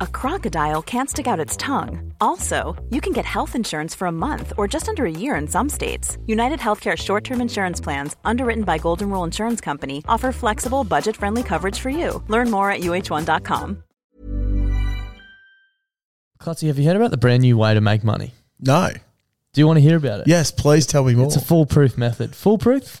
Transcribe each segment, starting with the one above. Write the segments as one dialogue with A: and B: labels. A: a crocodile can't stick out its tongue. Also, you can get health insurance for a month or just under a year in some states. United Healthcare short term insurance plans, underwritten by Golden Rule Insurance Company, offer flexible, budget friendly coverage for you. Learn more at uh1.com.
B: Clutzy, have you heard about the brand new way to make money?
C: No.
B: Do you want to hear about it?
C: Yes, please tell me more.
B: It's a foolproof method. Foolproof?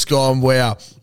C: gone, wow.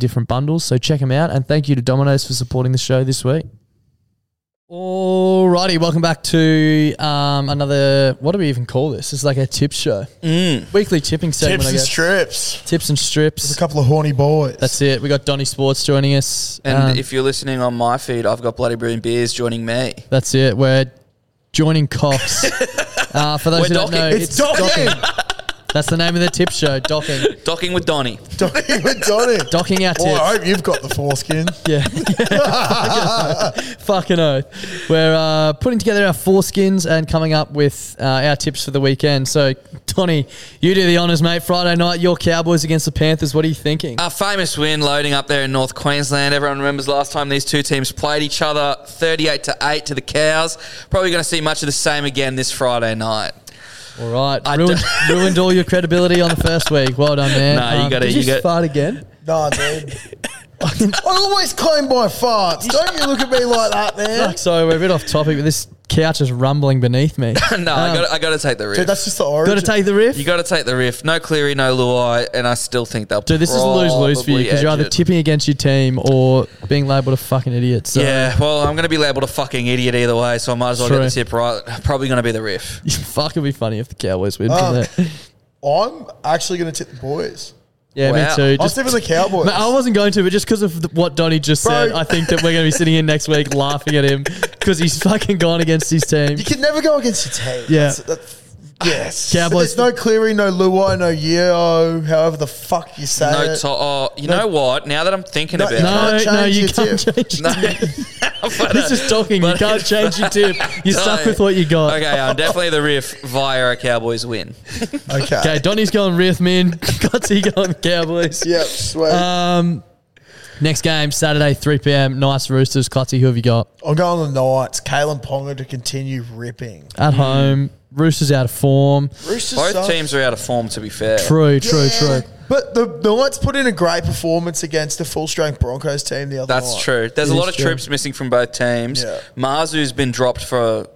B: different bundles, so check them out. And thank you to Domino's for supporting the show this week. Alrighty, welcome back to um, another. What do we even call this? It's like a tip show,
D: Mm.
B: weekly tipping segment.
C: Tips
B: I
C: and
B: guess.
C: strips.
B: tips and strips.
C: There's a couple of horny boys.
B: That's it. We got Donny Sports joining us,
D: And
B: Um,
D: if you're listening on my feed, I've got Bloody Brilliant Beers joining me.
B: that's it. We're joining Cox. uh, for those
D: We're
B: who don't
D: docking.
B: know,
D: It's docking.
B: That's the name of the tip show. Docking,
D: Docking with Donnie.
C: Donnie with Donnie.
B: docking our
C: Well,
B: tips.
C: I hope you've got the foreskin.
B: Yeah, Yeah. fucking oath. We're uh, putting together our foreskins and coming up with uh, our tips for the weekend. So, Tony, you do the honors, mate. Friday night, your Cowboys against the Panthers. What are you thinking?
D: A famous win loading up there in North Queensland. Everyone remembers last time these two teams played each other 38 to 8 to the Cows. Probably going to see much of the same again this Friday night.
B: all right,
D: I
B: ruined, ruined all your credibility on the first week. Well done, man. Um,
D: Nah, you gotta-
B: did
D: you
B: just
D: got-
B: fart again.
C: Nah, dude. I always claim by farts. Don't you look at me like that, man.
B: Fuck, sorry, we're a bit off topic, but this couch is rumbling beneath me.
D: no, I got I got to take the riff.
C: Dude, that's just the origin.
B: Got to take the riff.
D: you got to take the riff. No Cleary, no Luai, and I still think they'll.
B: Dude, this is lose lose for you
D: probably
B: because you're
D: edge
B: either
D: it.
B: tipping against your team or being labelled a fucking idiot. So.
D: Yeah, well, I'm going to be labelled a fucking idiot either way, so I might as well
B: True.
D: get the tip right. Probably going to be the riff.
B: Fuck, it'd be funny if the Cowboys win.
C: Um,
B: wouldn't it?
C: I'm actually going to tip the boys.
B: Yeah,
D: Wow.
B: me too.
C: I'm
B: Just
C: tipping the Cowboys.
B: Mate, I wasn't going to, but just because of the, what Donny just
C: Bro.
B: said, I think that we're going to be sitting in next week laughing at him because he's fucking gone against his team.
C: you can never go against your team.
B: Yeah.
C: That's, that's, yes.
B: Cowboys-
C: There's no Cleary, no Luai, no Yeo, however the fuck you say
D: No,
C: it.
D: to- oh, you know what? Now that I'm thinking
C: No,
D: about it,
B: Uh, No,
C: can't
B: no,
C: change
B: you
C: your
B: can't
C: tip.
B: change. your tip.
D: But,
B: This
D: uh,
B: is talking. You
D: but-
B: can't change your tip. You're stuck with what you got.
D: Okay, I'm definitely the riff via a Cowboys win.
C: Okay.
B: Okay, Donny's going Riff, man. Gotsy going Cowboys.
C: Yep, sweet.
B: Uh, Next game, Saturday, 3 p.m. Nice Roosters. Clutzy, who have you got?
C: I'm going the Knights. Kalen Ponga to continue ripping.
B: At home. Roosters out of form.
C: Roosters
D: Both
C: suck.
D: teams are out of form, to be fair.
B: True, true,
C: Yeah.
B: true.
C: But the, the Knights put in a great performance against the full strength Broncos team the other
D: That's
C: night.
D: true. There's
B: It
D: a
B: is
D: lot of
B: true.
D: troops missing from both teams.
C: Yeah.
D: Marzu's been dropped for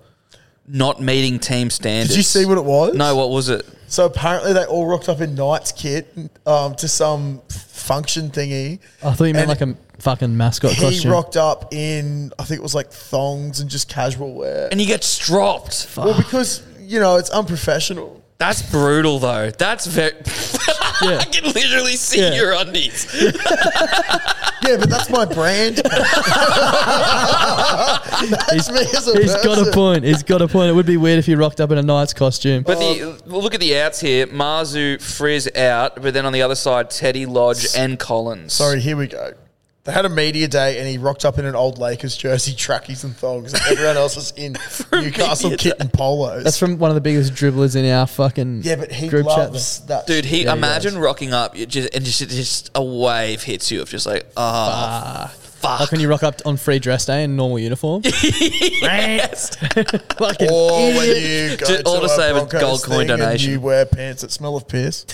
D: not meeting team standards.
C: Did you see what it was?
D: No, what was it?
C: So apparently they all rocked up in Knights kit um, to some function thingy.
B: I thought you meant
C: And
B: like a fucking mascot
C: he
B: costume.
C: rocked up in I think it was like thongs and just casual wear.
D: and he gets dropped.
C: well, because you know it's unprofessional.
D: That's brutal, though. That's very. I can literally see
B: Yeah.
D: your undies.
C: Yeah, but that's my brand. that's me as a
B: He's got a
C: person.
B: point. He's got a point. It would be weird if he rocked up in a Knights costume.
D: But the, well, look at the outs here: Marzu, Frizz out, but then on the other side, Teddy Lodge and Collins.
C: Sorry, here we go. They had a media day and he rocked up in an old Lakers jersey, trackies and thongs, and everyone else was in Newcastle kit and polos.
B: That's from one of the biggest dribblers in our fucking
C: yeah, but he
B: group
C: loves
B: chat.
C: that.
D: dude. He
B: Yeah, he
D: imagine rocking up you just, and just just a wave hits you of just like ah fuck.
B: Like when you rock up on free dress day in normal uniform.
D: Yes.
B: Fucking
C: Or when
B: idiot.
C: you go
D: Just
C: to
D: all to
C: a
D: save a
C: Broncos
D: gold coin
C: thing and
D: donation.
C: you wear pants that smell of piss.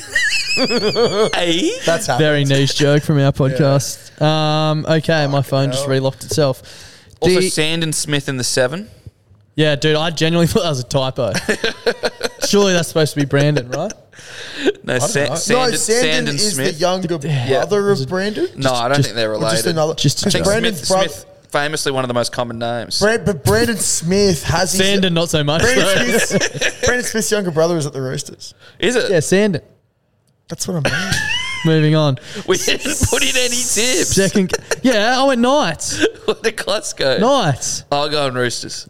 D: Hey?
C: That's happening.
B: Very niche joke from our podcast. Um, okay, my phone just relocked itself.
D: Also,
B: The-
D: Sand and Smith in the seven.
B: yeah, dude, I genuinely thought that was a typo. Surely that's supposed to be Brandon, right?
D: No, Sa- Sand,
C: no,
D: Sand,
C: Sandon
D: and
C: is
D: Smith.
C: the younger brother of Brandon.
D: no, I don't
B: just-
D: think they're
C: Or
D: related.
C: just another.
B: Just-
C: Because
B: just-
C: Brandon's
D: Smith,
C: brother.
D: Smith, famously one of the most common names.
C: Brand, but Brandon Smith has his.
B: Sandon, not so much. though.
C: Brandon, Smith's, Brandon Smith's younger brother is at the Roosters.
D: Is it?
B: yeah, Sandon.
C: That's what I mean.
B: Moving on.
D: We didn't put in any tips.
B: Second, yeah, I went Knights.
D: the Glasgow.
B: Knights.
D: I'll go on Roosters.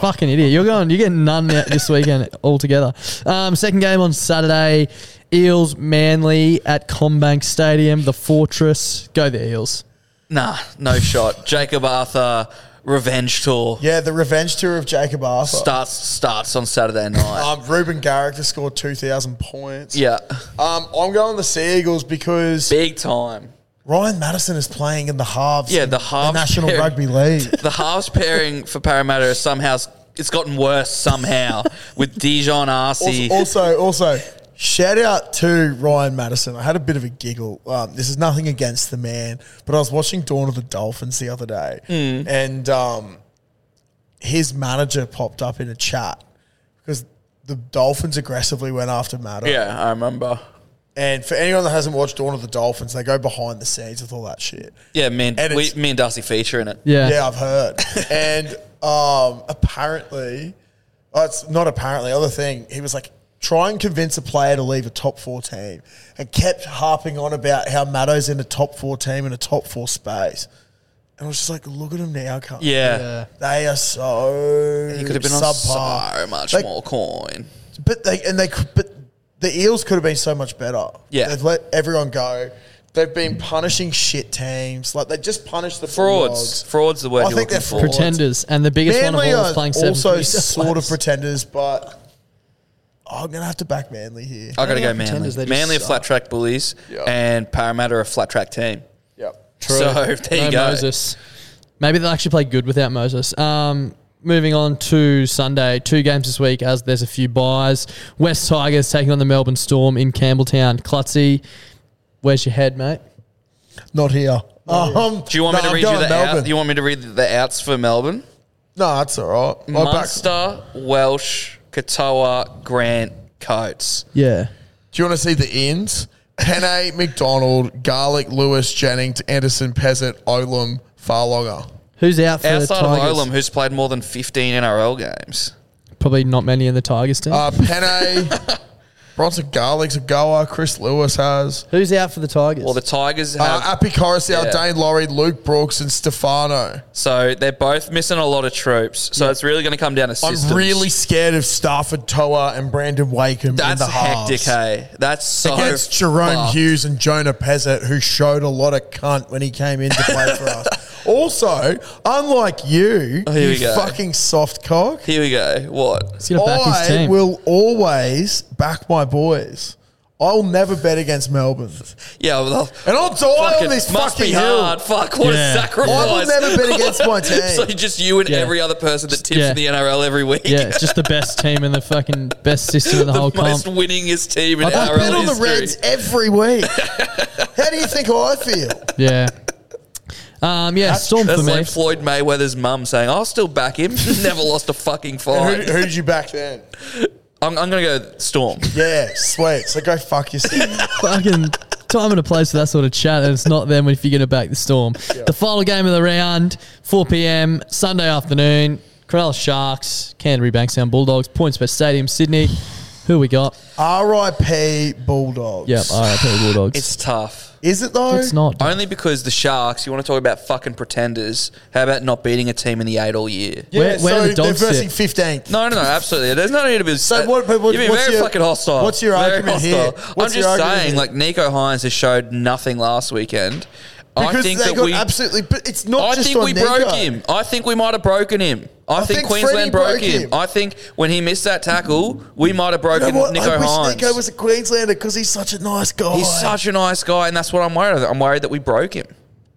B: Fucking idiot. You're going, you're getting none out this weekend altogether. Um, second game on Saturday Eels Manly at Combank Stadium, the Fortress. Go the Eels.
D: Nah, no shot. Jacob Arthur revenge tour
C: Yeah, the revenge tour of Jacob Arthur.
D: starts starts on Saturday night.
C: Um, Ruben Garrick just scored 2,000 points.
D: yeah,
C: Um, I'm going the Seagulls because
D: big time.
C: Ryan Madison is playing in the halves.
D: Yeah,
C: in
D: the halves
C: National
D: pair.
C: Rugby League.
D: The halves pairing for Parramatta is somehow it's gotten worse somehow with Dijon
C: also,
D: Arcee.
C: also, also, shout out to Ryan Madison. I had a bit of a giggle. Um, this is nothing against the man, but I was watching Dawn of the Dolphins the other day,
D: Hmm.
C: and um, his manager popped up in a chat because the Dolphins aggressively went after Madden.
D: yeah, I remember.
C: And for anyone that hasn't watched Dawn of the Dolphins, they go behind the scenes with all that shit.
D: Yeah, me and,
C: And
D: we,
C: it's-
D: me and Darcy feature in it.
B: Yeah.
C: Yeah, I've heard. and um, apparently, oh, it's not apparently, other thing, he was like, try and convince a player to leave a top four team and kept harping on about how Matto's in a top four team in a top four space. And I was just like, look at him now, cunt.
D: Yeah.
C: They are so
D: He could have been
C: subpar.
D: on so much
C: Like,
D: more coin.
C: But they and they c- but the Eels could have been so much better.
D: Yeah.
C: they've let everyone go. They've been punishing shit teams. Like they just punished the
D: Frauds.
C: Bulldogs.
D: Fraud's the word
C: I
D: you're
C: think
D: looking
C: they're
D: for.
C: pretend-
B: Pretenders. And the biggest
C: Manly
B: one of all
C: are
B: is playing seven. for
C: also
B: New South
C: sort of
B: Wales.
C: pretenders, but I'm gonna have to back Manly here.
D: I got to
B: They are
D: go Manly.
B: pretenders, they just
D: Manly are
B: suck.
D: flat track bullies,
C: Yeah.
D: and Parramatta are a flat track team.
C: Yep.
D: So there you
B: No
D: go.
B: Moses. Maybe they'll actually play good without Moses. Um, moving on to Sunday, two games this week as there's a few buys. West Tigers taking on the Melbourne Storm in Campbelltown. Clutzy, where's your head, mate?
C: Not here. Um,
D: Do you
C: no,
D: want me to
C: I'm
D: read you
C: going
D: the
C: Melbourne.
D: out? You want me to read the outs for Melbourne?
C: no, that's all right. I'll back-
D: Munster, Welsh, Katoa, Grant, Coates.
B: Yeah.
C: Do you want to see the ins? Hannay, McDonald, Garlic, Lewis, Jennings, Anderson, Peasant, Olam, Farlogger.
B: Who's out for
D: Outside
B: the Tigers?
D: of Olam, who's played more than 15 NRL games.
B: Probably not many in the Tigers team.
C: Uh, Penne, Bronson Garlic's a goer. Chris Lewis has.
B: Who's out for the Tigers?
D: Well, the Tigers have.
C: Uh, Appy Coruscant,
D: yeah.
C: Dane Laurie, Luke Brooks, and Stefano.
D: so they're both missing a lot of troops. So it's really going to come down to systems.
C: I'm really scared of Stafford Toa and Brandon Wakeham
D: That's
C: in the halves.
D: hectic, hey? That's so.
C: Against Jerome
D: fucked.
C: Hughes and Jonah Pezzett, who showed a lot of cunt when he came in to play for us. Also, unlike you,
D: Oh, here we
C: you
D: go.
C: fucking soft cock,
D: Here we go. What?
B: He's going to back his
C: I
B: team.
C: will always back my boys. I'll never bet against Melbourne.
D: Yeah, well,
C: And I'll die
D: fucking
C: on this
D: must
C: fucking
D: be
C: hill.
D: hard. Fuck, what
B: Yeah.
D: a sacrifice.
C: I will never bet against my team.
D: so just you and
B: Yeah.
D: every other person that tips
B: Yeah.
D: in the NRL every week.
B: yeah, it's just the best team in the fucking best system in the,
D: the
B: whole
D: most
B: comp.
D: winningest team in
C: I
D: NRL
C: bet on the
D: history.
C: Reds every week. How do you think I feel?
B: yeah. Um, yeah, Storm for
D: That's
B: me.
D: like Floyd Mayweather's mum saying, "I'll still back him. Never lost a fucking
C: And who,
D: fight."
C: who did you back then?
D: I'm, I'm going to go Storm.
C: Yeah, sweet. So go fuck yourself.
B: Fucking time and a place for that sort of chat, and it's not them if you're going to back the storm. The final game of the round, 4 p.m. Sunday afternoon. Cronulla Sharks, Canterbury Bankstown Bulldogs, Points Bet Stadium, Sydney. Who we got?
C: R.I.P. Bulldogs.
B: Yep, RIP Bulldogs.
D: It's tough.
C: Is it though?
B: It's not.
D: Only because the Sharks, you want to talk about fucking pretenders. How about not beating a team in the eight all year?
C: Yeah,
B: Where- where
C: so
B: do the dogs
C: they're versing
B: sit?
C: 15th.
D: No, no, no, absolutely. There's no need to be.
C: So what- but what-
D: you've been
C: what's
D: very
C: your-
D: fucking hostile.
C: what's your
D: Very
C: argument
D: hostile.
C: here? What's
D: I'm
C: your
D: just
C: argument
D: saying,
C: here?
D: like Nico Hines has showed nothing last weekend. I
C: Because
D: think
C: they
D: that
C: got
D: we
C: absolutely. But it's not
D: I
C: just
D: think
C: on
D: we
C: Nico.
D: broke him. I think we might have broken him. I, think,
C: think Freddie
D: Queensland broke,
C: broke
D: him.
C: him.
D: I think when he missed that tackle, we might have broken
C: You know what?
D: Nico
C: I wish
D: Hines.
C: Nico was a Queenslander because he's such a nice guy.
D: He's such a nice guy, and that's what I'm worried. About. I'm worried that we broke him.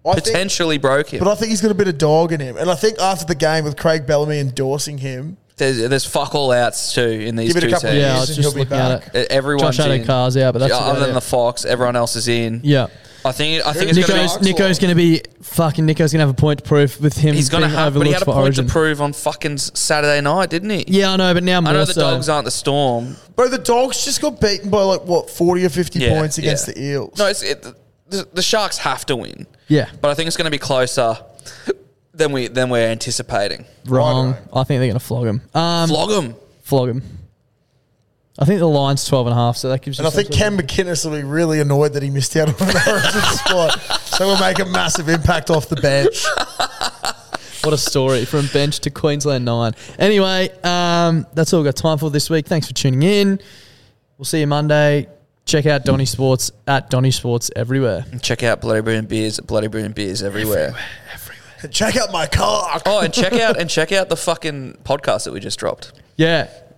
C: I think-
D: Potentially broke him.
C: But I think he's got a bit of dog in him. And I think after the game with Craig Bellamy endorsing him,
D: there's, there's fuck all outs too in these
C: Give it
D: two
C: a couple of
D: teams.
B: yeah, I was
C: Anderson,
B: just
C: he'll be
B: looking at
C: back.
B: it.
D: Uh, Everyone's
B: Josh had
D: in.
B: a car's out, but that's
D: Yeah,
B: about
D: other than
B: it.
D: the Fox, everyone else is in.
B: Yeah.
D: I think I think it's gonna
B: Nico's,
D: be,
B: Nico's going to be fucking. Nico's going to have a point to prove with him.
D: he's gonna
B: being
D: have, but
B: overlooked
D: he had a
B: for
D: point
B: Origin.
D: to prove on fucking Saturday night, didn't he?
B: Yeah, I know, but now more
D: I know the
B: so.
D: dogs aren't the storm.
C: bro, the dogs just got beaten by like what forty or fifty
D: Yeah,
C: points against
D: yeah.
C: the Eels.
D: No, it's it, the, the Sharks have to win.
B: Yeah.
D: but I think it's going to be closer than we than we're anticipating.
B: Wrong. I think they're going to flog him. Um,
D: Flog them.
B: flog him. I think the line's 12 and a half, so that gives you
C: and I think
B: something.
C: Ken McInnes will be really annoyed that he missed out on an origin spot. So we'll make a massive impact off the bench.
B: What a story from bench to Queensland nine. Anyway, um, that's all we've got time for this week. Thanks for tuning in. We'll see you Monday. Check out Donny Sports at Donny Sports everywhere.
D: Check out Bloody Brilliant Beers, Bloody Brilliant Beers everywhere.
C: Check out my car.
D: Oh, and check out and check out the fucking podcast that we just dropped.
B: Yeah.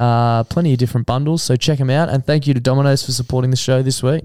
B: Uh, plenty of different bundles, so check them out. And thank you to Domino's for supporting the show this week.